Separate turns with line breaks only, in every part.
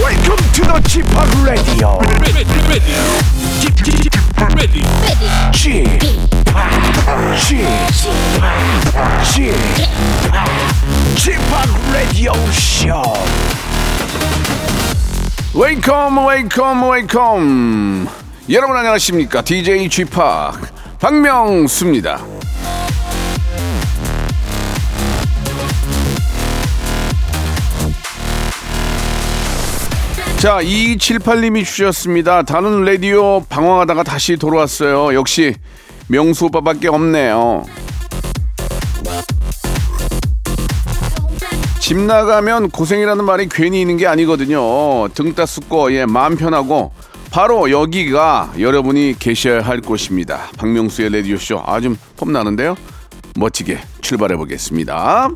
Welcome to the g p o p Radio.
ready, ready, ready, ready.
g p o p g p o p g p o p Radio Show.
웨이컴 웨이컴 웨이컴 여러분 안녕하십니까 DJ g p o p 박명수입니다 자 2278님이 주셨습니다 다른 라디오 방황하다가 다시 돌아왔어요 역시 명수 오빠밖에 없네요 집 나가면 고생이라는 말이 괜히 있는 게 아니거든요. 등 따숩고 예 마음 편하고 바로 여기가 여러분이 계셔야 할 곳입니다. 박명수의 라디오 쇼 아 좀 폼나는데요. 멋지게 출발해 보겠습니다.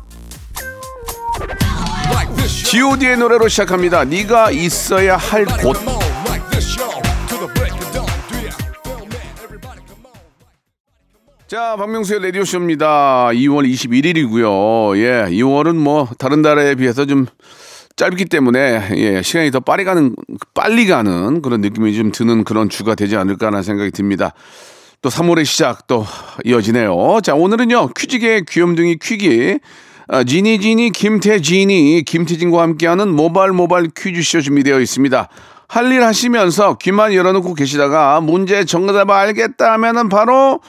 Like this, show.
G.O.D의 의 노래로 시작합니다. 네가 있어야 할 곳.
Everybody come on, like this, show. To the break of dawn, do ya? Feel me? Everybody come on.
자, 박명수의 라디오 쇼입니다. 2월 21일이고요. 예, 2월은 뭐 다른 달에 비해서 좀 짧기 때문에 예, 시간이 더 빨리 가는 빨리 가는 그런 느낌이 좀 드는 그런 주가 되지 않을까라는 생각이 듭니다. 또 3월의 시작 또 이어지네요. 자, 오늘은요. 퀴직의 귀염둥이 퀴기 아, 지니 지니 김태진이 김태진과 함께하는 모발 모발 퀴즈쇼 준비되어 있습니다. 할 일 하시면서 귀만 열어놓고 계시다가 문제 정답 알겠다 하면은 바로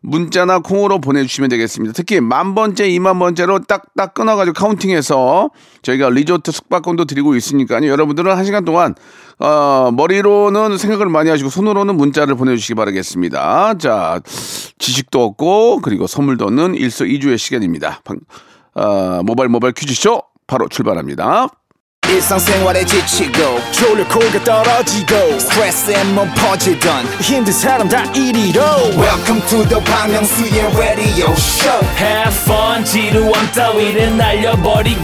문자나 콩으로 보내주시면 되겠습니다. 특히 만 번째, 이만 번째로 딱딱 끊어가지고 카운팅해서 저희가 리조트 숙박권도 드리고 있으니까요. 여러분들은 한 시간 동안 어, 머리로는 생각을 많이 하시고 손으로는 문자를 보내주시기 바라겠습니다. 자, 지식도 얻고 그리고 선물도 얻는 일석이조의 시간입니다. 방, 어, 모바일 모바일 퀴즈쇼 바로 출발합니다.
일상생활에 지치고,
졸려 코가 떨어지고
스트레스에 몸 퍼지던,
힘든 사람 다 이리로.
welcome to the Bang Myung-soo's radio show
Have fun 지루함 따위를 날려버리고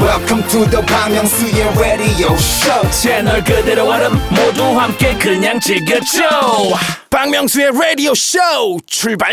welcome to the Bang Myung-soo's radio show
채널 그대로 얼음 모두 함께 그냥 즐겨줘
박명수의 라디오 쇼 출발.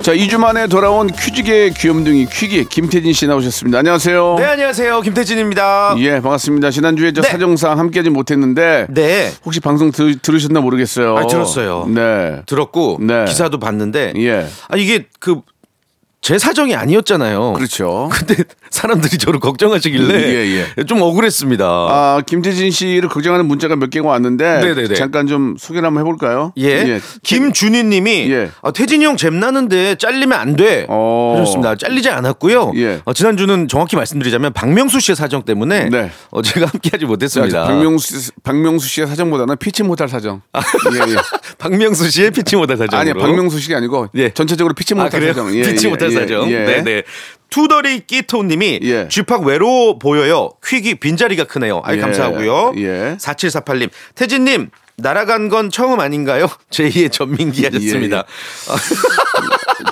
자, 2주 만에 돌아온 퀴즈계 귀염둥이 퀴기 김태진 씨 나오셨습니다. 안녕하세요.
네 안녕하세요 김태진입니다.
예, 반갑습니다. 지난주에 저
네.
사정상 함께하지 못했는데
네
혹시 방송 들, 으셨나 모르겠어요.
아, 들었어요.
네.
들었고
네.
기사도 봤는데
예.
아 이게 그 제 사정이 아니었잖아요.
그렇죠.
근데 사람들이 저를 걱정하시길래
예,
좀 억울했습니다.
아, 김재진 씨를 걱정하는 문자가 몇 개가 왔는데
네네네.
잠깐 좀 소개를 한번 해볼까요?
예. 김준희님이
예.
아, 태진이 형 잼나는데 잘리면 안 돼.
어.
하셨습니다. 잘리지 않았고요.
예.
어, 지난주는 정확히 말씀드리자면 박명수 씨의 사정 때문에
네.
어, 제가 함께하지
자,
못했습니다.
박명수, 박명수 씨의 사정보다는 피치 못할 사정. 예, 예.
박명수 씨의 피치 못할 아, 사정.
아니, 박명수 씨가 아니고
예.
전체적으로 피치
아,
못할
그래요?
사정. 예,
피치
예,
못할
예,
사정.
예.
네네. 투더리 끼토님이
예.
쥐팍 외로워 보여요. 퀵이 빈자리가 크네요. 아이
예.
감사하고요.
예.
4748님. 태진님 날아간 건 처음 아닌가요? 제2의
예,
전민기 하셨습니다.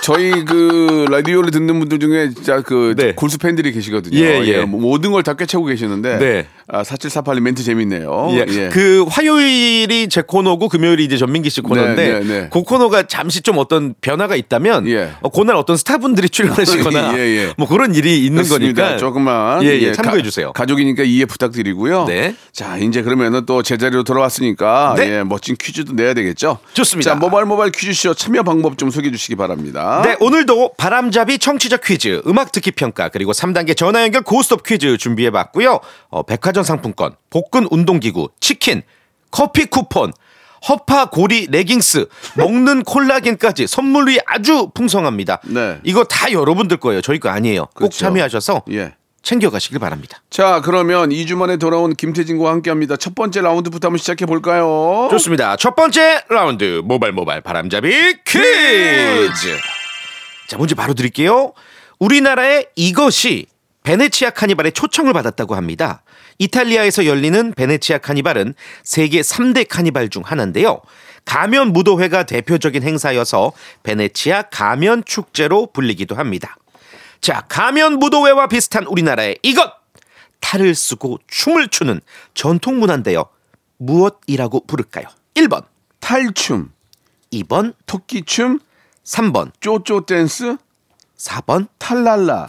저희 그 라디오를 듣는 분들 중에 진짜 그
네.
골수 팬들이 계시거든요.
예, 예.
뭐 모든 걸 다 꿰채고 계시는데
네.
아, 4748님 멘트 재밌네요.
예. 그 화요일이 제 코너고 금요일이 이제 전민기 씨 코너인데
네, 네, 네.
그 코너가 잠시 좀 어떤 변화가 있다면
예.
어, 그날 어떤 스타분들이 출연하시거나
예, 예.
뭐 그런 일이 있는
그렇습니다.
거니까
조금만
예, 예.
가-
참고해 주세요.
가족이니까 이해 부탁드리고요.
네.
자 이제 그러면은 또 제자리로 돌아왔으니까
네.
예, 멋진 퀴즈도 내야 되겠죠.
좋습니다.
자 모발 모발 퀴즈쇼 참여 방법 좀 소개해 주시기 바랍니다.
네, 오늘도 바람잡이 청취자 퀴즈, 음악 듣기 평가, 그리고 3단계 전화 연결 고스톱 퀴즈 준비해 봤고요. 어, 백화점 상품권, 복근 운동기구, 치킨, 커피 쿠폰, 허파 고리 레깅스, 먹는 콜라겐까지 선물이 아주 풍성합니다.
네.
이거 다 여러분들 거예요. 저희 거 아니에요. 꼭
그렇죠.
참여하셔서
예.
챙겨 가시길 바랍니다.
자 그러면 2주 만에 돌아온 김태진과 함께합니다. 첫 번째 라운드부터 한번 시작해 볼까요?
좋습니다. 첫 번째 라운드 모발 모발 바람잡이 퀴즈. 자, 문제 바로 드릴게요. 우리나라의 이것이 베네치아 카니발의 초청을 받았다고 합니다. 이탈리아에서 열리는 베네치아 카니발은 세계 3대 카니발 중 하나인데요. 가면 무도회가 대표적인 행사여서 베네치아 가면 축제로 불리기도 합니다. 자, 가면 무도회와 비슷한 우리나라의 이것! 탈을 쓰고 춤을 추는 전통 문화인데요. 무엇이라고 부를까요? 1번,
탈춤,
2번,
토끼춤,
3번,
쪼쪼 댄스,
4번.
탈랄라.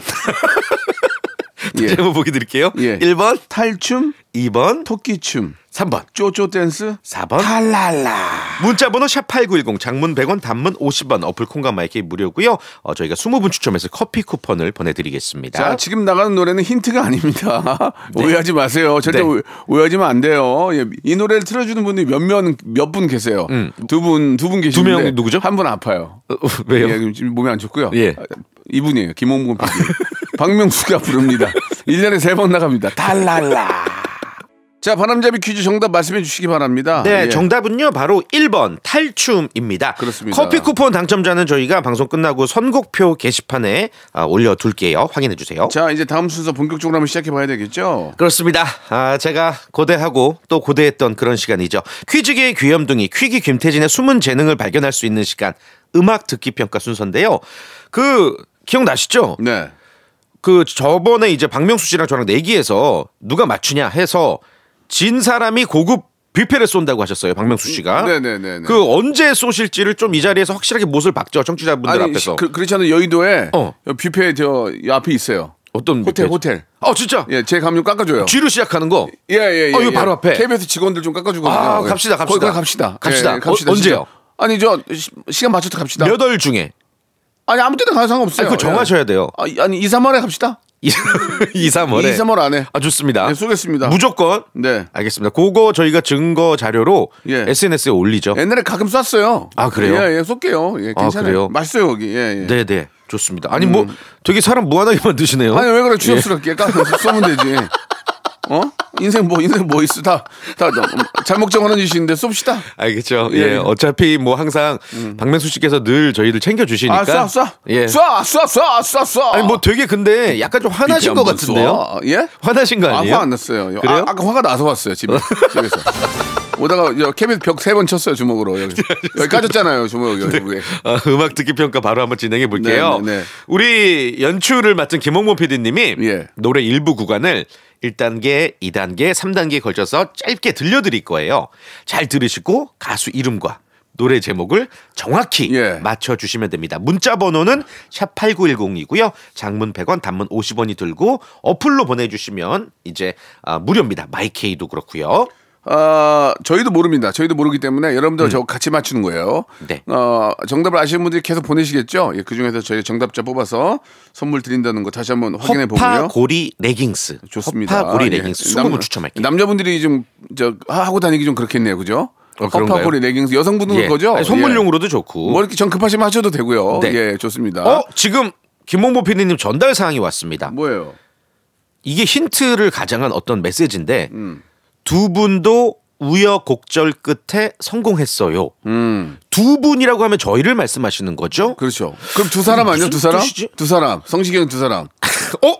예.
제목 보기 드릴게요.
예.
1번,
탈춤,
2번,
토끼춤,
3번,
쪼쪼 댄스,
4번.
아. 탈랄라.
문자번호 샵8910 장문 100원 단문 50원 어플 콩과 마이크 무료고요. 어, 저희가 20분 추첨해서 커피 쿠폰을 보내드리겠습니다.
자, 지금 나가는 노래는 힌트가 아닙니다. 오해하지 마세요. 절대
네.
오해- 오해하지면 안 돼요. 예, 이 노래를 틀어주는 분이 몇 명, 몇 분 계세요. 두 분, 두 분 계시는데.
음. 명 누구죠?
한 분 아파요.
어, 왜요?
예, 지금 몸이 안 좋고요.
예.
아, 이분이에요. 김홍근 PD. 박명수가 부릅니다. 1년에 세 번 나갑니다. 달랄라. 자, 바람잡이 퀴즈 정답 말씀해 주시기 바랍니다.
네,
예.
정답은요. 바로 1번 탈춤입니다.
그렇습니다.
커피 쿠폰 당첨자는 저희가 방송 끝나고 선곡표 게시판에 아, 올려둘게요. 확인해 주세요.
자, 이제 다음 순서 본격적으로 한번 시작해 봐야 되겠죠?
그렇습니다. 아, 제가 고대하고 또 고대했던 그런 시간이죠. 퀴즈계의 귀염둥이 퀴기 김태진의 숨은 재능을 발견할 수 있는 시간 음악 듣기 평가 순서인데요. 그 기억나시죠?
네.
그 저번에 이제 박명수 씨랑 저랑 내기해서 누가 맞추냐 해서 진 사람이 고급 뷔페를 쏜다고 하셨어요, 박명수 씨가.
음, 네네네네.
그 언제 쏘실지를 좀 이 자리에서 확실하게 못을 박죠, 청취자분들
시-
앞에서.
그, 그렇지 않아도 여의도에
어.
뷔페 저 앞에 있어요.
어떤
호텔
뷔페죠?
호텔.
어, 진짜.
예, 제 감좀 깎아줘요.
쥐로 시작하는 거.
예, 예, 예.
어, 이거
예.
바로 앞에.
KBS 직원들 좀 깎아주거든요.
아,
예.
갑시다, 갑시다.
거기, 거기 갑시다.
갑시다. 어,
진짜.
언제요?
아니 저 시, 간 맞춰서 갑시다.
몇 월 중에.
아니 아무 때나 가도 상관없어요.
아니, 그거 정하셔야 돼요.
예. 아, 아니 2, 3월에 갑시다.
2, 3월에.
2, 3월 안에.
아, 좋습니다.
네, 쏘겠습니다.
무조건.
네.
알겠습니다. 그거 저희가 증거 자료로
예.
SNS에 올리죠.
옛날에 가끔 쐈어요.
아, 그래요?
예, 예, 쏠게요. 예,
아,
괜찮아요.
그래요?
맛있어요, 거기. 예, 예.
네, 네. 좋습니다. 아니 뭐 되게 사람 무한하게 만드시네요.
음. 아니 왜 그래 추접스럽게 까서 쏘면 되지 어 인생 뭐 인생 뭐 있어 다다 잘못 정하는 짓인데 쏩시다
알겠죠.
예. 음.
예. 어차피 뭐 항상 박명수 씨께서 늘 저희를 챙겨
아,
주시니까. 예.
그러니까? 아쏴쏴쏴쏴쏴쏴
아니 뭐 되게 근데 약간 좀 화나신 것 같은데요.
예
화나신 거 아니에요?
아, 화 안 났어요
그래요?
아, 까 화가 나서 왔어요 집에 집에서 오다가 여, 케빈 벽 세 번 쳤어요 주먹으로
네,
여기 여기 까졌잖아요 주먹 여기 여기.
아, 음악 듣기 평가 바로 한번 진행해 볼게요.
네, 네, 네.
우리 연출을 맡은 김홍문 PD님이
예.
노래 일부 구간을 1단계, 2단계, 3단계에 걸쳐서 짧게 들려드릴 거예요. 잘 들으시고 가수 이름과 노래 제목을 정확히
예.
맞춰주시면 됩니다. 문자 번호는 샵8910이고요. 장문 100원, 단문 50원이 들고 어플로 보내주시면 이제 아, 무료입니다. 마이케이도 그렇고요.
어, 저희도 모릅니다. 저희도 모르기 때문에 여러분들 저저 같이 맞추는 거예요.
음. 네.
어, 정답을 아시는 분들이 계속 보내시겠죠? 예, 그 중에서 저희 정답자 뽑아서 선물 드린다는 거 다시 한번 확인해 보고요.
허파고리 레깅스.
좋습니다.
허파고리
예.
레깅스.
남-
20분 추첨할게요.
남자분들이 좀 저 하고 다니기 좀 그렇겠네요. 그죠?
어, 그런가요?
허파고리 레깅스 여성분들
예.
거죠?
아니, 선물용으로도 좋고.
예. 뭐 이렇게 전 급하시면 하셔도 되고요.
네.
예, 좋습니다.
어 지금 김홍보 PD님 전달 사항이 왔습니다.
뭐예요?
이게 힌트를 가장한 어떤 메시지인데 두 분도 우여곡절 끝에 성공했어요. 두 분이라고 하면 저희를 말씀하시는 거죠?
그렇죠. 그럼 두 사람 아니요?
무슨
두 사람?
뜻이지?
두 사람. 성시경 두 사람.
어? 예.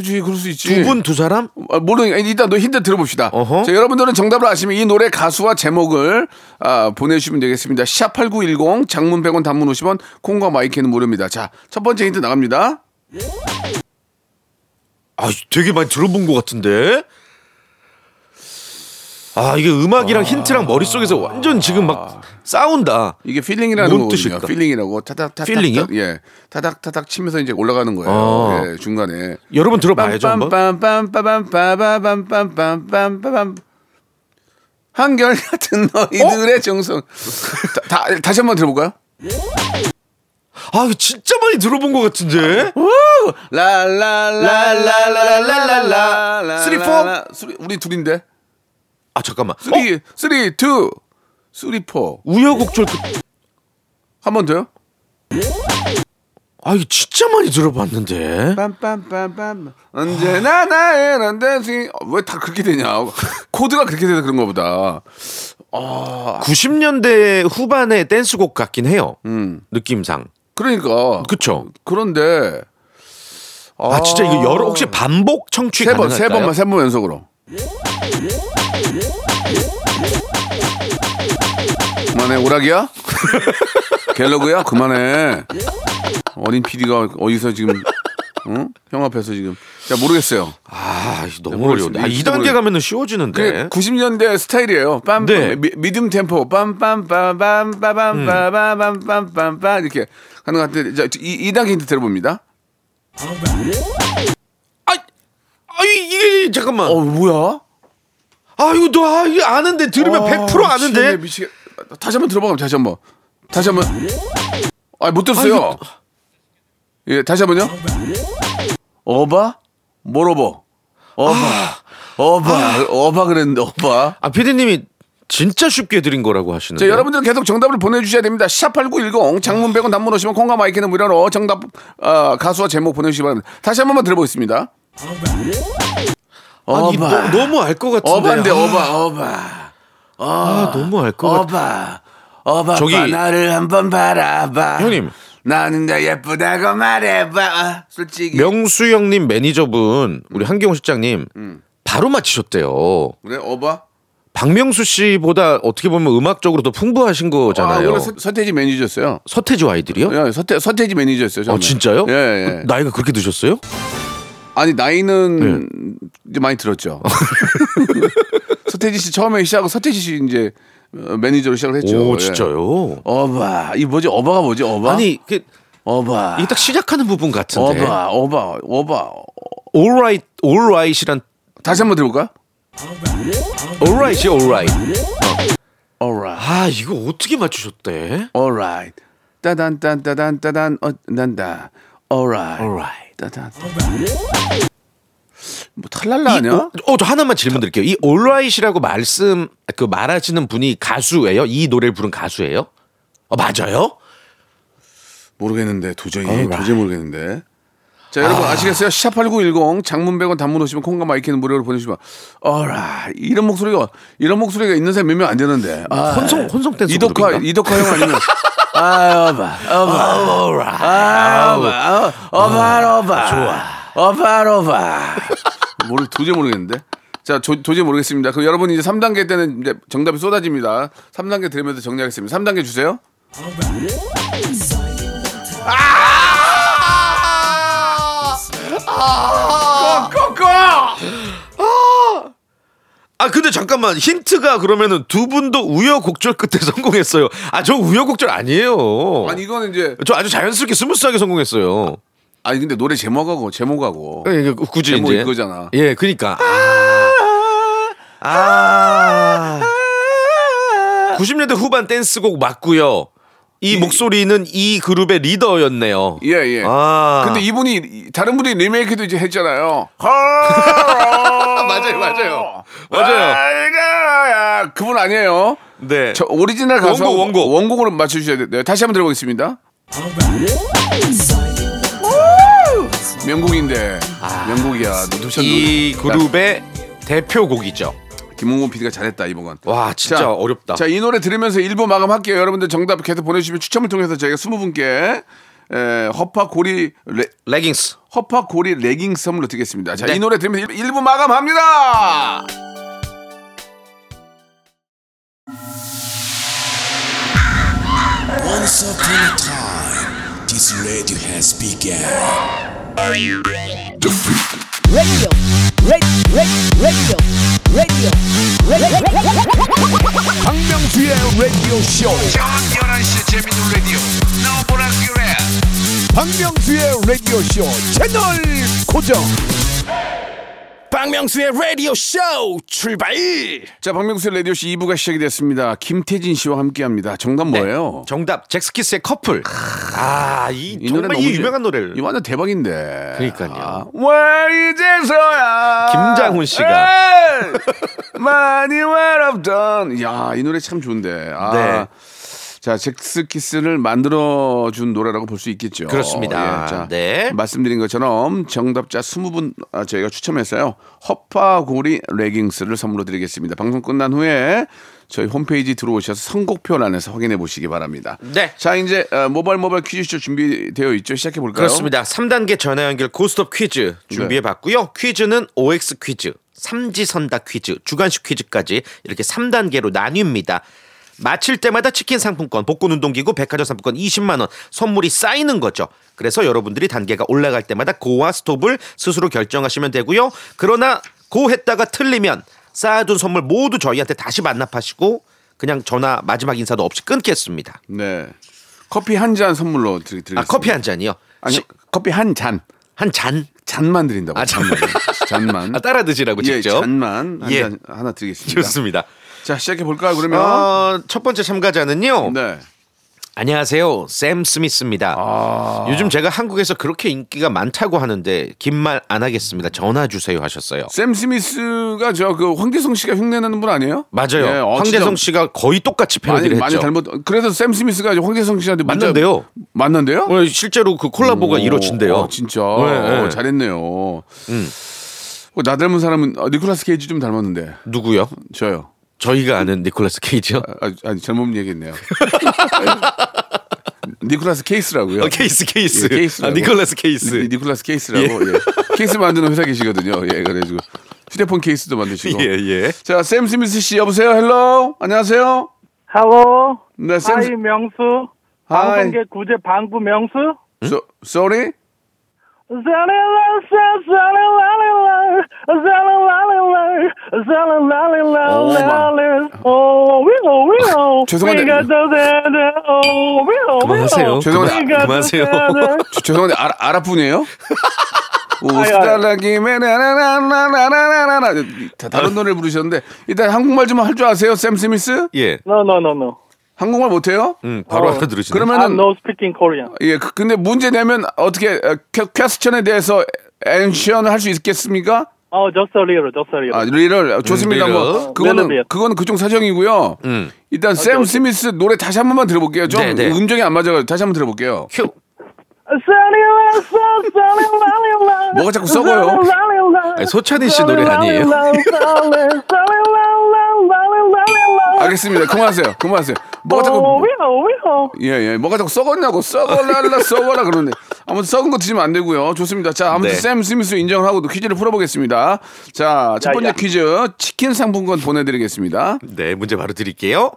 굳이 그럴 수 있지.
두 분 두 사람?
아, 모르니까 일단 너 힌트 들어봅시다.
어허.
자, 여러분들은 정답을 아시면 이 노래 가수와 제목을 아, 보내주시면 되겠습니다. 샵8910 장문 100원 단문 50원 콩과 마이크는 무료입니다. 자, 첫 번째 힌트 나갑니다.
아, 되게 많이 들어본 것 같은데. 아, 이게 음악이랑 힌트랑 머릿속에서 완전 지금 막 싸운다.
이게 필링이라는
뭔
거거든요.
뜻일까?
필링이라고 타닥 타닥
필링이요?
타닥, 예. 타닥 타닥 치면서 이제 올라가는 거예요.
아.
예, 중간에.
여러분 들어봐야죠, 한번.
빰빰빰빰빰빰빰빰빰빰빰빰빰 한결 같은 너희들의 정성. 다, 다- 다시 한번 들어볼까요?
아, 이거 진짜 많이 들어본 것 같은데.
라라라라라라라라
쓰리, 포?
쓰리- 우리 둘인데
아, 잠깐만. 어?
쓰리 쓰리 투 쓰리 포
우여곡절 끝.
한 번 더요
아, 이거 진짜 많이 들어봤는데.
빰빰빰빰 언제나 나의 난데지 왜 다 그렇게 되냐 코드가 그렇게 돼서 그런가 보다
90년대 후반의 댄스곡
음.
같긴 해요. 느낌상.
그러니까
그쵸?
그런데
아 진짜 이거 여러 혹시 반복 청취
세 번,
가능할까요?
세 번만, 세 번 연속으로. 그만해, 오락이야? 갤러그야? 그만해. 어린 PD가 어디서 지금, 응? 형 앞에서 지금. 자, 모르겠어요.
아 너무
네, 모르겠습니다.
어려운데. 아,
이거
2단계
모르겠-
가면은 쉬워지는데.
그게 90년대 스타일이에요. 빰,
네.
미, 미듬 템포, 빰빰빰빰빰빰빰빰빰빰빰 이렇게 하는 것 같은데, 자, 이, 이 단계 힌트 들어봅니다.
아, 아 이게 잠깐만.
어. 뭐야?
아 이거 너 아, 이거 아는데 들으면 100% 아는데.
어, 미치겠... 다시 한번 들어봐, 그럼 다시 한번. 다시 한번. 아, 못 들었어요.
아, 이거-
예, 다시 한번요. 어바? 모로버. 뭐? 어바. 어바. 어바 그랬는데, 어바.
아 피디님이 진짜 쉽게 드린 거라고 하시는데.
자, 여러분들 계속 정답을 보내주셔야 됩니다. 샵8910 장문 100원 단문 오시면 콩과 마이크는 무료로 정답 어, 가수와 제목 보내주시기 바랍니다. 다시 한 번만 들어보겠습니다.
아니,
어바.
너, 너무 알 것 같은데.
어바인데
아,
어바 어바
아, 너무 알 것 같아.
어바 어바
저기-
봐, 나를 한번 바라봐
형님.
나는 더 예쁘다고 말해봐 아, 솔직히
명수 형님 매니저분 우리
음.
한경호 실장님 바로 맞히셨대요.
그래 어바
박명수 씨보다 어떻게 보면 음악적으로 더 풍부하신
아
거잖아요.
오늘 서, 서태지 매니저였어요
서태지 아이들이요?
예, 서태, 서태지 매니저였어요
아
처음에.
진짜요?
예, 예.
그 나이가 그렇게 드셨어요?
아니 나이는
예.
이제 많이 들었죠. 서태지 씨 처음에 시작하고 서태지 씨 이제 어, 매니저로 시작을 했죠.
오
예.
진짜요?
어바 이 뭐지 어바가 뭐지 어바
아니 그
어바
이게 딱 시작하는 부분 같은데.
어바 어바 어바
Alright, Alright이란
다시 한번 들어볼까?
Alright이 Alright.
Alright
아 이거 어떻게 맞추셨대?
Alright 따단 따단 따단 따단 어 난다 Alright
Alright.
따단 뭐 탈랄라 아니야?
어, 저 하나만 질문 드릴게요. 이 Alright이라고 말씀 그 말하시는 분이 가수예요? 이 노래를 부른 가수예요? 어, 맞아요?
모르겠는데 도저히 도저히 모르겠는데. 자 여러분 아... 시겠어요 샵8910 장문 100원 단문 오시면 콩과 마이크는 무료로 보내주시면 어라 이런 목소리가 이런 목소리가 있는 사람 몇 명 안 되는데. 아,
혼성 혼성 댄스
이덕화
그룹인가?
이덕화 형 아니면 아 어바 어바
Alright.
아 어바 어, 어바 어바 좋아 어바 어바 모르 도저히 모르겠는데. 자, 조, 도저히 모르겠습니다. 그럼 여러분 이제 3단계 때는 이제 정답이 쏟아집니다. 3단계 들으면서 정리하겠습니다. 3단계 주세요.
아 근데 잠깐만 힌트가 그러면은 두 분도 우여곡절 끝에 성공했어요. 아 저 우여곡절 아니에요.
아니 이거는 이제
저 아주 자연스럽게 스무스하게 성공했어요.
아니 근데 노래 제목하고 제목하고
예, 예, 굳이
제목이
이제
그거잖아.
예, 그러니까. 아. 아. 90년대 후반 댄스곡 맞고요. 이, 목소리는 이 그룹의 리더였네요.
예 예.
아.
근데 이분이 이- 다른 분이 리메이크도 이제 했잖아요.
맞아요, 맞아요. 맞아요.
아, 그분 아니에요.
네.
저 오리지널 가수
원곡, 원곡.
원곡으로 맞춰 주셔야 돼요. 네, 다시 한번 들어보겠습니다. 명곡인데 명곡이야. 노- 노션
아, 이
노-
그룹의 대표곡이죠.
나- 김홍곤 PD가 잘했다 이번 건.
와, 진짜
자,
어렵다.
자, 이 노래 들으면서 1부 마감할게요. 여러분들 정답 계속 보내주시면 추첨을 통해서 저희가 20분께 에, 허파고리 레,
레깅스.
허파고리 레깅 선물로 드리겠습니다. 자,
네.
이 노래 들으면서 1, 부 마감합니다!
Once upon a time, this radio has begun.
radio, radio, radio, radio, radio,
박명수의 라디오 쇼. 저녁 11시 재밌는 라디오. 나보라 그래. 박명수의 라디오 쇼 채널 고정.
박명수의 라디오 쇼 출발
자, 박명수의 라디오씨 2부가 시작이 됐습니다. 김태진 씨와 함께 합니다. 정답 뭐예요?
정답 잭스키스의 커플. 아, 이,
이
정말
노래
이
너무
유명한
유-
노래를.
이 완전 대박인데. 아.
그러니까요.
왜 이제서야.
김장훈 씨가.
에이, 많이 외롭던. 야, 이 노래 참 좋은데. 아.
네.
자, 잭스키스를 만들어준 노래라고 볼 수 있겠죠. 예,
그렇습니다. 네.
말씀드린 것처럼 정답자 20분 아, 저희가 추첨했어요. 허파고리 레깅스를 선물로 드리겠습니다. 방송 끝난 후에 저희 홈페이지 들어오셔서 선곡표란에서 확인해 보시기 바랍니다.
네.
자, 이제 어, 모바일 모바일 퀴즈쇼 준비되어 있죠. 시작해 볼까요? 네.
그렇습니다. 3단계 전화 연결 고스톱 퀴즈 준비해 봤고요. 퀴즈는 OX 퀴즈, 삼지선다 퀴즈, 주간식 퀴즈까지 이렇게 3단계로 나뉩니다. 마칠 때마다 치킨 상품권, 복권 운동기구, 백화점 상품권 20만 원 선물이 쌓이는 거죠. 그래서 여러분들이 단계가 올라갈 때마다 고와 스톱을 스스로 결정하시면 되고요. 그러나 고 했다가 틀리면 쌓아둔 선물 모두 저희한테 다시 반납하시고 그냥 전화 마지막 인사도 없이 끊겠습니다.
네. 커피 한 잔 선물로 드리, 드리겠습니다.
아 커피 한 잔이요.
아니,
시-
커피 한 잔.
한 잔.
잔만 드린다고.
아, 잔만.
잔만.
아, 따라 드시라고
예,
직접.
잔만 한
예.
잔 하나 드리겠습니다.
좋습니다.
자, 시작해 볼까요? 그러면
어, 첫 번째 참가자는요.
네.
안녕하세요. 샘 스미스입니다. 요즘 제가 한국에서 그렇게 인기가 많다고 하는데 긴 말 안 하겠습니다. 전화 주세요 하셨어요.
샘 스미스가 저 그 황재성 씨가 흉내내는 분 아니에요?
맞아요.
예, 어,
황재성
진짜
씨가 거의 똑같이
많이,
패러디를
많이
했죠.
잘못. 그래서 샘 스미스가 이제 황재성 씨한테 문자-
맞는데요.
맞는데요?
어, 실제로 그 콜라보가
오,
이루어진대요.
어, 진짜
네, 음. 네.
어, 잘했네요. 어, 나 닮은 사람은 어, 니콜라스 케이지 좀 닮았는데
누구요?
저요.
저희가 아는 니콜라스 케이지요.
아, 아니 잘못 얘기했네요. 니콜라스 케이스라고요.
어, 케이스 케이스.
예, 케이스라고.
아, 니콜라스 케이스.
니, 니콜라스 케이스라고. 예. 케이스 만드는 회사 계시거든요. 예, 그래가지고 휴대폰 케이스도 만드시고.
예, 예.
자, 샘 스미스 씨 여보세요. 헬로. 안녕하세요.
하오.
네, 쌤.
하이 명수.
하이.
방송계 구제 방구 명수.
소, sorry. 죄송한데-
그만하세요.
죄송합니다.
그만하세요.
저- 죄송한데 아, 아랍분이에요? 우스달라기메나나나나나나나 다 다른 노래를 부르셨는데 일단 한국말 좀 할 줄 아세요, 샘 스미스?
예.
No, no, no, no.
한국말 못해요?
음, 바로
어,
알아들으시네.
I'm
그러면은
no speaking Korean.
예, 그- 근데 문제 내면 어떻게 어, 퀘- 퀘스천에 대해서 앤션을 할 수 있겠습니까?
Oh, just a little, just a little.
아, 리를 좋습니다.
음, 리를.
뭐 그거는
리를.
그거는 그쪽 사정이고요.
네, 음.
일단 샘 스미스 노래 다시 한 번만 들어볼게요. 좀
네, 네.
음정이 안 맞아가지고 다시 한 번 들어볼게요.
큐.
뭐가 자꾸 썩어요?
아니, 소찬희 씨 노래 아니에요?
알겠습니다. 그만하세요. 그만하세요. 뭐가 자꾸
오위오위오.
예, 예. 뭐가 자꾸 썩었냐고. 썩어라라, 썩어라. 그러는데. 아무튼 썩은 거 드시면 안 되고요. 좋습니다. 자, 아무튼
네.
샘 스미스 인정하고 퀴즈를 풀어보겠습니다. 자, 첫
야,
번째
야.
퀴즈. 치킨 상품권 보내드리겠습니다.
네, 문제 바로 드릴게요.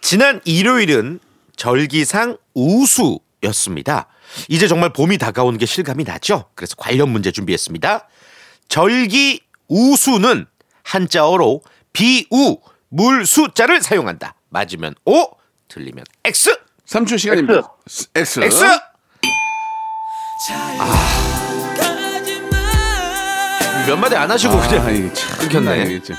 지난 일요일은 절기상 우수였습니다. 이제 정말 봄이 다가오는 게 실감이 나죠? 그래서 관련 문제 준비했습니다. 절기 우수는 한자어로 비우 물 숫자를 사용한다. 맞으면 O, 틀리면 X.
3초 시간입니다. X.
X. 아. 몇 마디 안 하시고
아,
그냥
이게 참
끊겼네. 아.
이게 참.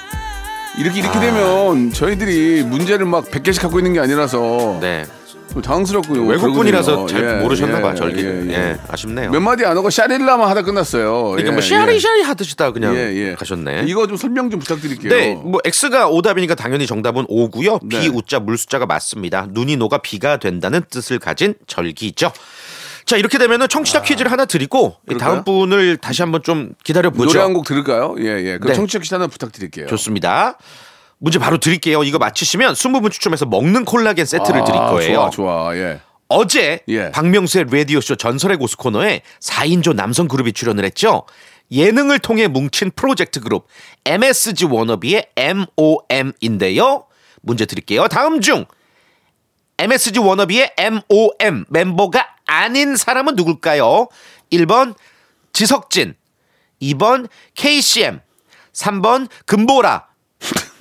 이렇게, 이렇게 되면 저희들이 문제를 막 100개씩 갖고 있는 게 아니라서
네.
좀 당황스럽고요.
외국분이라서
그러거든요.
잘
예,
모르셨나 봐,
예,
절기.
예,
예,
예.
아쉽네요.
몇 마디 안 하고 샤릴라만 하다 끝났어요.
그러니까
예,
뭐
예.
시아리시아리 하듯이다 그냥
예, 예.
가셨네.
이거 좀 설명 좀 부탁드릴게요.
네, 뭐 X가 오답이니까 당연히 정답은 O고요.
네.
B 우자 물숫자가 맞습니다. 눈이 녹아 비가 된다는 뜻을 가진 절기죠. 자 이렇게 되면은 청취자 퀴즈를 하나 드리고 이
아. 그럴까요?
다음 분을 다시 한번 좀 기다려
노래 한
보죠.
곡 들을까요? 예, 예. 그럼
네.
청취자 퀴즈 하나 부탁드릴게요.
좋습니다. 문제 바로 드릴게요. 이거 맞히시면 20분 추첨해서 먹는 콜라겐 세트를 드릴
아,
거예요.
좋아, 좋아. 예.
어제
예.
박명수의 라디오쇼 전설의 고수 코너에 4인조 남성 그룹이 출연을 했죠. 예능을 통해 뭉친 프로젝트 그룹 MSG 워너비의 MOM인데요. 문제 드릴게요. 다음 중 MSG 워너비의 MOM 멤버가 아닌 사람은 누굴까요? 1번 지석진, 2번 KCM, 3번 금보라.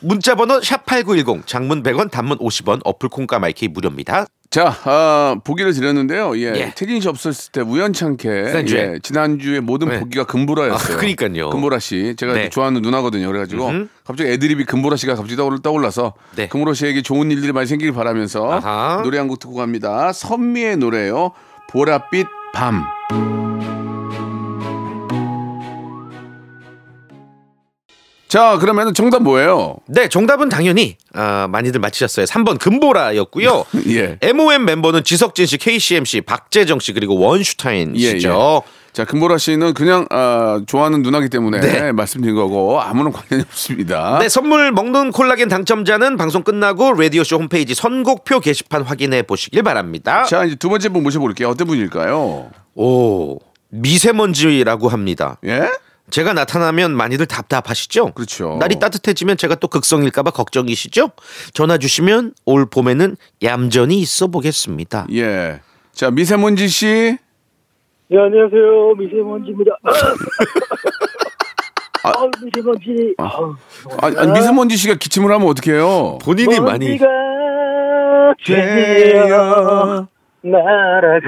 문자 번호 샵8910 장문 100원 단문 50원 어플 콩과 마이크 무료입니다.
자, 아, 보기를 드렸는데요. 예.
예.
태진 씨 없었을 때 우연찮게
지난주에.
예, 지난주에 모든
네.
보기가 금보라였어요.
아, 그러니까요.
금보라 씨. 제가
네.
좋아하는 누나거든요. 그래가지고 갑자기 애드립이 금보라 씨가 갑자기 떠올, 떠올라서
네.
금보라 씨에게 좋은 일들이 많이 생기길 바라면서
아하.
노래 한 곡 듣고 갑니다. 선미의 노래예요. 보랏빛 밤. 자, 그러면 정답 뭐예요?
네, 정답은 당연히 아, 많이들 맞히셨어요. 3번 금보라였고요.
예.
MOM 멤버는 지석진 씨, KCM 씨, 박재정 씨 그리고 원슈타인
예,
씨죠.
자, 금보라 씨는 그냥 아, 좋아하는 누나기 때문에
네.
말씀드린 거고 아무런 관련이 없습니다.
네, 선물 먹는 콜라겐 당첨자는 방송 끝나고 라디오쇼 홈페이지 선곡표 게시판 확인해 보시길 바랍니다.
자, 이제 두 번째 분 모셔볼게요. 어떤 분일까요?
오, 미세먼지라고 합니다.
예?
제가 나타나면 많이들 답답하시죠?
그렇죠.
날이 따뜻해지면 제가 또 극성일까봐 걱정이시죠? 전화 주시면 올 봄에는 얌전히 있어 보겠습니다.
예. 자, 미세먼지 씨.
네, 안녕하세요. 미세먼지입니다. 아, 미세먼지. 아,
아, 아니, 미세먼지 씨가 기침을 하면 어떡해요?
본인이
먼지가 되어 날아가야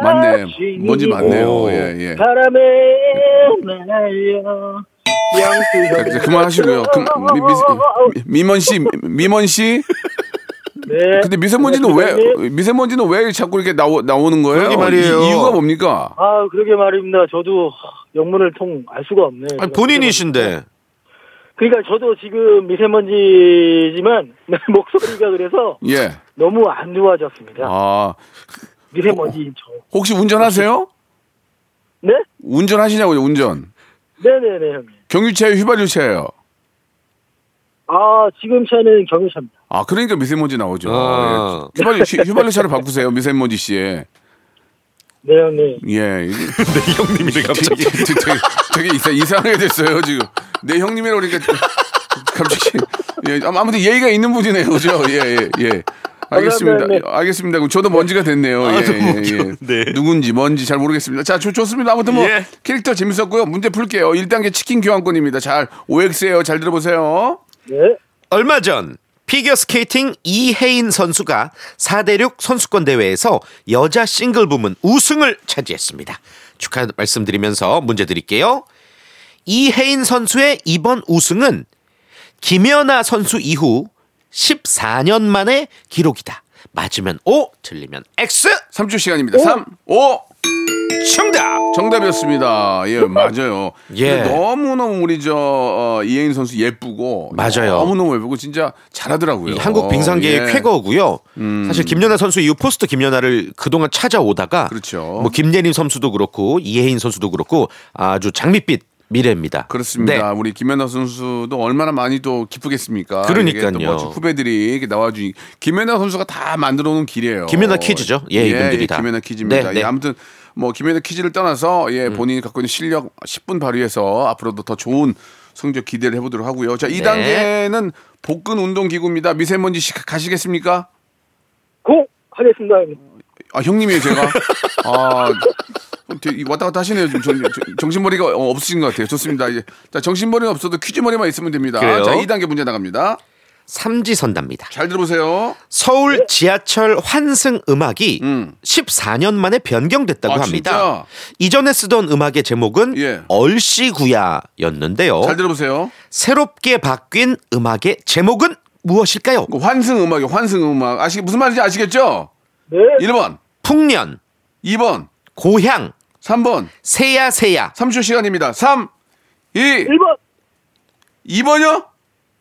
맞네.
하시니
먼지
오.
맞네요. 예, 예.
바람에 날려
자,
양수
이제 그만하시고요. 그, 미, 미, 미먼 씨, 미먼 씨.
네.
근데 미세먼지는 왜 미세먼지는 왜 자꾸 이렇게 나오, 나오는 거예요?
그러게 말이에요.
이, 유가 뭡니까?
아 그러게 말입니다. 저도 영문을 통 알 수가 없네.
아니, 본인이신데.
그러니까 저도 지금 미세먼지지만 목소리가 그래서
예.
너무 안 좋아졌습니다.
아,
미세먼지인 저.
혹시 운전하세요?
네?
운전하시냐고요, 운전.
네네네 형님.
경유차예요, 휘발유차예요.
아 지금 차는 경유차입니다.
아, 그러니까 미세먼지 나오죠.
아.
예. 휘발유, 휘- 휘발유차로 바꾸세요, 미세먼지 씨에.
네 형님.
예. 이게
네, 형님이래 갑자기.
되게, 되게, 되게 이상, 이상하게 됐어요, 지금. 내 형님이라고 그러니까 갑자기. 예, 아무- 아무튼 예의가 있는 분이네요, 그죠? 예, 예, 예. 알겠습니다.
네, 네.
알겠습니다. 그럼 저도 먼지가 됐네요. 예, 예, 예.
네.
누군지 뭔지 잘 모르겠습니다. 자, 좋, 좋습니다. 아무튼 뭐
예.
캐릭터 재밌었고요. 문제 풀게요. 1단계 치킨 교환권입니다. 잘 OX예요. 잘 들어보세요.
네.
얼마 전 피겨스케이팅 이혜인 선수가 4대륙 선수권 대회에서 여자 싱글 부문 우승을 차지했습니다. 축하 말씀드리면서 문제 드릴게요. 이혜인 선수의 이번 우승은 김연아 선수 이후 14년 만의 기록이다. 맞으면 O, 틀리면 X.
3초 시간입니다. 삼, 3, 5,
정답.
정답이었습니다. 예, 맞아요.
예.
근데 너무너무 우리 저 어, 이혜인 선수 예쁘고
맞아요.
너무너무 예쁘고 진짜 잘하더라고요.
이 한국 빙상계의
예.
쾌거고요. 사실 김연아 선수 이후 포스트 김연아를 그동안 찾아오다가
그렇죠.
뭐 김예림 선수도 그렇고 이혜인 선수도 그렇고 아주 장밋빛 미래입니다.
그렇습니다.
네.
우리 김연아 선수도 얼마나 많이 또 기쁘겠습니까?
그러니까요.
이게 또 멋진 후배들이 이렇게 나와주니 김연아 선수가 다 만들어 놓은 길이에요.
김연아 키즈죠. 예, 이분들이 다.
김연아 키즈입니다.
네, 네. 음.
예, 아무튼 뭐 김연아 키즈를 떠나서 예, 본인이 갖고 있는 실력 10분 발휘해서 앞으로도 더 좋은 성적 기대를 해보도록 하고요. 자,
네.
이단계는 복근 운동 기구입니다. 미세먼지 씨 가- 가시겠습니까?
고 하겠습니다. 형님.
아 형님이에요 제가 아 되게 왔다 갔다 하시네요 지금 정, 정- 정신머리가 어, 없으신 것 같아요 좋습니다 이제 자 정신머리는 없어도 퀴즈머리만 있으면 됩니다
그래요?
자 2단계 문제 나갑니다
삼지선답니다.
잘 들어보세요
서울 지하철 환승 음악이
음.
14년 만에 변경됐다고
아,
합니다.
진짜?
이전에 쓰던 음악의 제목은
예.
얼씨구야였는데요.
잘 들어보세요
새롭게 바뀐 음악의 제목은 무엇일까요?
그 환승 음악이요 환승 음악 아시 무슨 말인지 아시겠죠
네.
예.
1번
풍년,
2번
고향,
3번
세야세야.
3초 시간입니다 3 2
1번
2번이요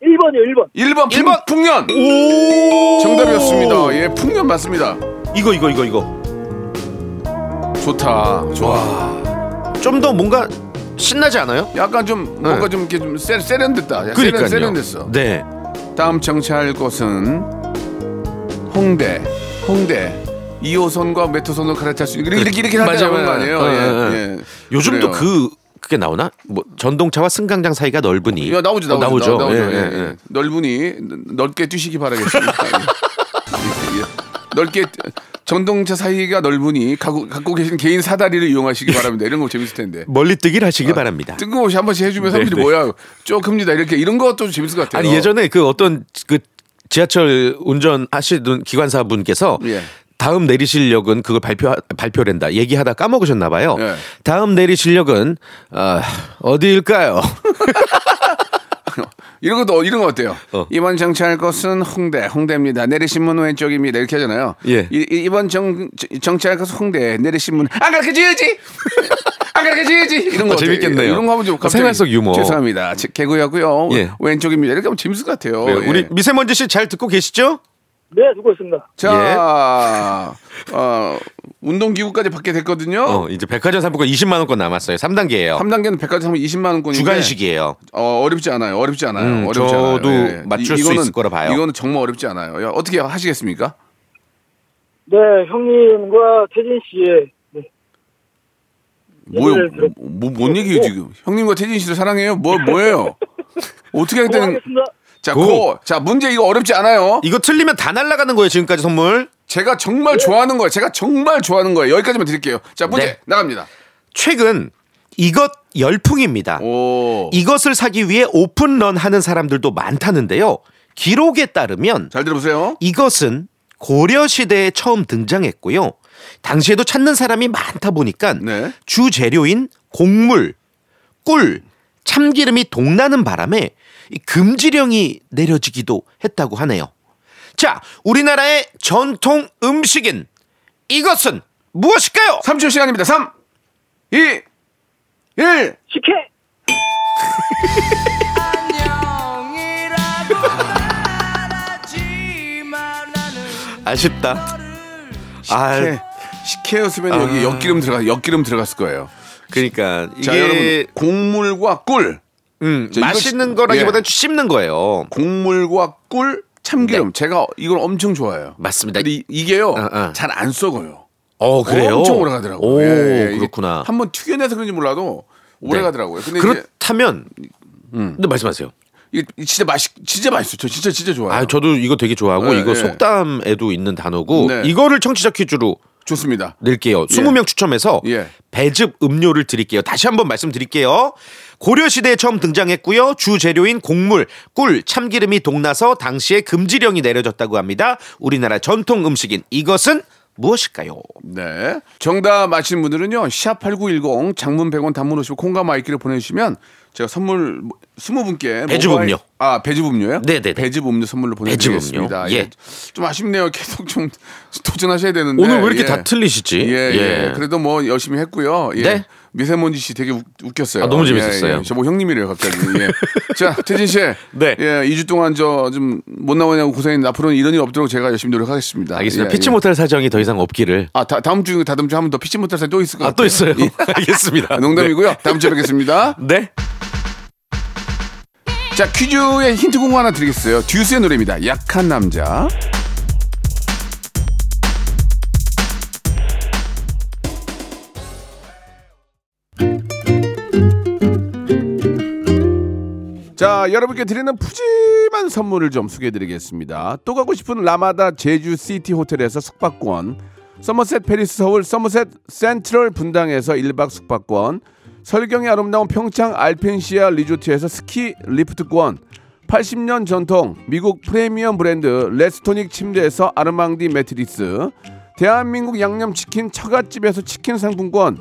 1번이요 1번.
1번,
일 번.
풍, 년
오!
정답이었습니다 예 풍년 맞습니다
이거 이거 이거 이거.
좋다 좋아
좀 더 뭔가 신나지 않아요?
약간 좀 뭔가 좀 이렇게 좀 세, 세련됐다
네. 그러니까요.
세련, 세련됐어
네.
다음 정차할 곳은 홍대, 홍대. 2호선과 메트선을 갈아탈 수 있는 이렇게 이렇게 하는
맞아요,
거 아니에요? 예,
맞아요. 예,
예. 그래요.
요즘도 그 그게 나오나? 뭐 전동차와 승강장 사이가 넓으니.
야, 나오죠,
어,
나오죠, 나오죠.
예,
예,
예,
예.
예.
넓으니 넓게 뛰시기 바라겠습니다. 예. 예, 예. 넓게 뛰- 전동차 사이가 넓으니 갖고, 갖고 계신 개인 사다리를 이용하시기 바랍니다. 이런 거 재밌을 텐데.
멀리 뜨기를
아,
하시길 바랍니다.
뜬금없이 한 번씩 해주면 사람들이
네.
뭐야 쪼큽니다 이렇게 이런 것도 재밌을 것 같아요.
아니 예전에 그 어떤 그 지하철 운전하시던 기관사 분께서
예.
다음 내리실 역은 그걸 발표 발표된다 얘기하다 까먹으셨나 봐요.
예.
다음 내리실 역은 아, 어디일까요?
이런 것도 이런 거 어때요?
어.
이번 정차할 곳은 홍대, 홍대입니다. 내리신 문 왼쪽입니다. 이렇게 하잖아요.
예.
이, 이- 이번 정 정차할 곳은 홍대. 내리신 문안 가르쳐 줘야지. 안 가르쳐 줘야지. 이런 거
어,
어때요?
재밌겠네요.
이런 거 하면 좀 갑자기-
생활 속 유머.
죄송합니다. 제- 개구였고요.
예.
왼쪽입니다. 이렇게 하면 재밌을 것 같아요.
네, 우리
예.
미세먼지 씨 잘 듣고 계시죠?
네 누구였습니다.
자 어, 운동기구까지 받게 됐거든요.
예. 어, 이제 백화점 상품권 20만 원권 남았어요. 3단계예요.
3단계는 백화점 20만 원권인데
주간식이에요.
어, 어렵지 않아요. 어렵지 않아요.
음,
어렵지
저도
않아요. 예.
맞출
이-
수 있을 거라 봐요.
이거는 정말 어렵지 않아요. 야, 어떻게 하시겠습니까?
네, 형님과 태진 씨의 네,
뭐요?
예를 들어-
뭐, 뭔 얘기예요, 지금? 형님과 태진 씨를 사랑해요? 뭐, 뭐예요? 어떻게 하게 되는.
고맙겠습니다.
자,
고.
고. 자, 문제 이거 어렵지 않아요.
이거 틀리면 다 날아가는 거예요. 지금까지 선물.
제가 정말 좋아하는 거예요. 제가 정말 좋아하는 거예요. 여기까지만 드릴게요. 자, 문제
네.
나갑니다.
최근 이것 열풍입니다.
오.
이것을 사기 위해 오픈런 하는 사람들도 많다는데요. 기록에 따르면
잘 들어보세요.
이것은 고려 시대에 처음 등장했고요. 당시에도 찾는 사람이 많다 보니까
네.
주 재료인 곡물, 꿀, 참기름이 동나는 바람에 이 금지령이 내려지기도 했다고 하네요. 자, 우리나라의 전통 음식인 이것은 무엇일까요?
3초 시간입니다. 3, 2, 1.
식혜!
아쉽다. 아,
네. 식혜였으면 여기 엿기름 들어가, 엿기름 들어갔을 거예요.
그러니까 아. 이게
자, 여러분. 곡물과 꿀.
음,
자, 이거
맛있는
씹-
거라기보다는
예.
씹는 거예요.
곡물과 꿀,
네.
참기름. 제가 이걸 엄청 좋아해요.
맞습니다.
근데 이- 이게요,
어, 어.
잘 안 썩어요.
어, 그래요?
엄청 오래 가더라고요.
오,
예, 예, 이게
그렇구나.
한번 튀겨내서 그런지 몰라도 오래
네.
가더라고요. 근데 음. 이제
그렇다면 네, 말씀하세요.
이게 진짜 맛있, 진짜 맛있어요. 저 진짜 진짜 좋아요.
아, 저도 이거 되게 좋아하고
네,
이거
네.
속담에도 있는 단어고
네.
이거를 청취자 퀴즈로
좋습니다.
드릴게요.
예.
20명 추첨해서
예.
배즙 음료를 드릴게요. 다시 한번 말씀드릴게요. 고려 시대에 처음 등장했고요. 주 재료인 곡물, 꿀, 참기름이 동나서 당시에 금지령이 내려졌다고 합니다. 우리나라 전통 음식인 이것은 무엇일까요?
네. 정답 맞힌 분들은요. 샵8910 장문 100원 단문 50원 콩과 마이크를 보내주시면 제가 선물 20분께
배즙 음료.
아, 배즙 음료요?
네네네.
배즙 음료 선물로
배즙 음료.
보내드리겠습니다.
예.
예. 좀 아쉽네요. 계속 좀 도전하셔야 되는데.
오늘 왜 이렇게
예.
다 틀리시지?
예, 예. 그래도 뭐 열심히 했고요. 예.
네.
미세먼지 씨 되게 웃, 웃겼어요.
아, 너무
예,
재밌었어요.
예. 저뭐 형님이래요, 갑자기. 예. 자, 태진 씨.
네.
예, 2주 동안 저 좀 못 나오냐고 고생했는데 앞으로는 이런 일 없도록 제가 열심히 노력하겠습니다.
알겠습니다.
예,
피치
예.
못할 사정이 더 이상 없기를.
아, 다, 다음 주, 다음 주한번 더 피치 못할 사람 또 있을 것
아, 또
같아요.
있어요.
예.
알겠습니다.
농담이고요. 다음 주에 뵙겠습니다.
네. 네.
자, 퀴즈의 힌트 공고 하나 드리겠어요. 듀스의 노래입니다. 약한 남자. 자, 여러분께 드리는 푸짐한 선물을 좀 소개해 드리겠습니다. 또 가고 싶은 라마다 제주 시티 호텔에서 숙박권, 서머셋 페리스 서울 서머셋 센트럴 분당에서 1박 숙박권, 설경이 아름다운 평창 알펜시아 리조트에서 스키 리프트권, 80년 전통 미국 프리미엄 브랜드 레스토닉 침대에서 아르망디 매트리스, 대한민국 양념치킨 처갓집에서 치킨 상품권,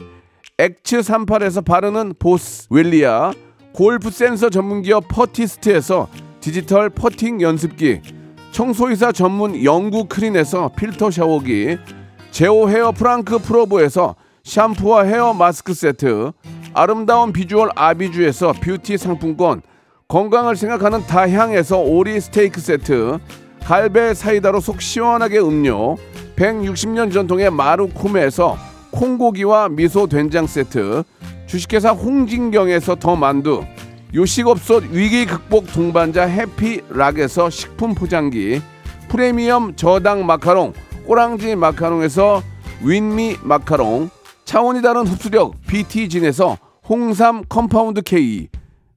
엑츠38에서 바르는 보스 웰리아 골프 센서 전문기업 퍼티스트에서 디지털 퍼팅 연습기 청소이사 전문 영구 크린에서 필터 샤워기 제오 헤어 프랑크 프로보에서 샴푸와 헤어 마스크 세트 아름다운 비주얼 아비주에서 뷰티 상품권 건강을 생각하는 다향에서 오리 스테이크 세트 갈배 사이다로 속 시원하게 음료 160년 전통의 마루코메에서 콩고기와 미소 된장 세트 주식회사 홍진경에서 더 만두 요식업소 위기 극복 동반자 해피락에서 식품 포장기 프리미엄 저당 마카롱 꼬랑지 마카롱에서 윈미 마카롱 차원이 다른 흡수력 BT진에서 홍삼 컴파운드 K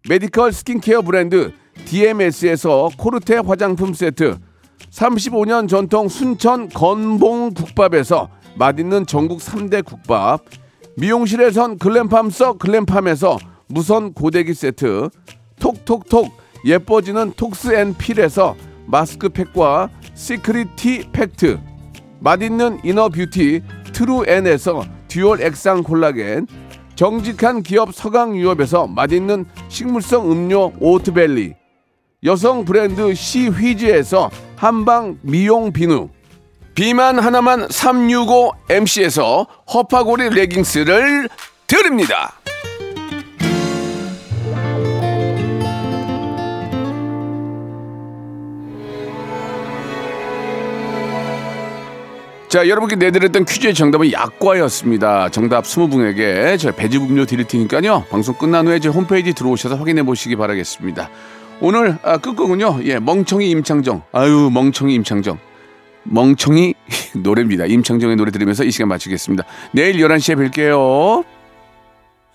메디컬 스킨케어 브랜드 DMS에서 코르테 화장품 세트 35년 전통 순천 건봉 국밥에서 맛있는 전국 3대 국밥 미용실에선 글램팜 써 글램팜에서 무선 고데기 세트 톡톡톡 예뻐지는 톡스앤필에서 마스크팩과 시크릿 티 팩트 맛있는 이너 뷰티 트루엔에서 듀얼 액상 콜라겐 정직한 기업 서강유업에서 맛있는 식물성 음료 오트벨리 여성 브랜드 시휘즈에서 한방 미용 비누 비만 하나만 365 MC에서 허파고리 레깅스를 드립니다. 자, 여러분께 내드렸던 퀴즈의 정답은 약과였습니다. 정답 20분에게 저희 배즙 음료 드릴 테니까요. 방송 끝난 후에 제 홈페이지 들어오셔서 확인해 보시기 바라겠습니다. 오늘 아, 끝곡은요. 예, 멍청이 임창정. 아유, 멍청이 임창정. 멍청이 노래입니다. 임창정의 노래 들으면서 이 시간 마치겠습니다. 내일 11시에 뵐게요.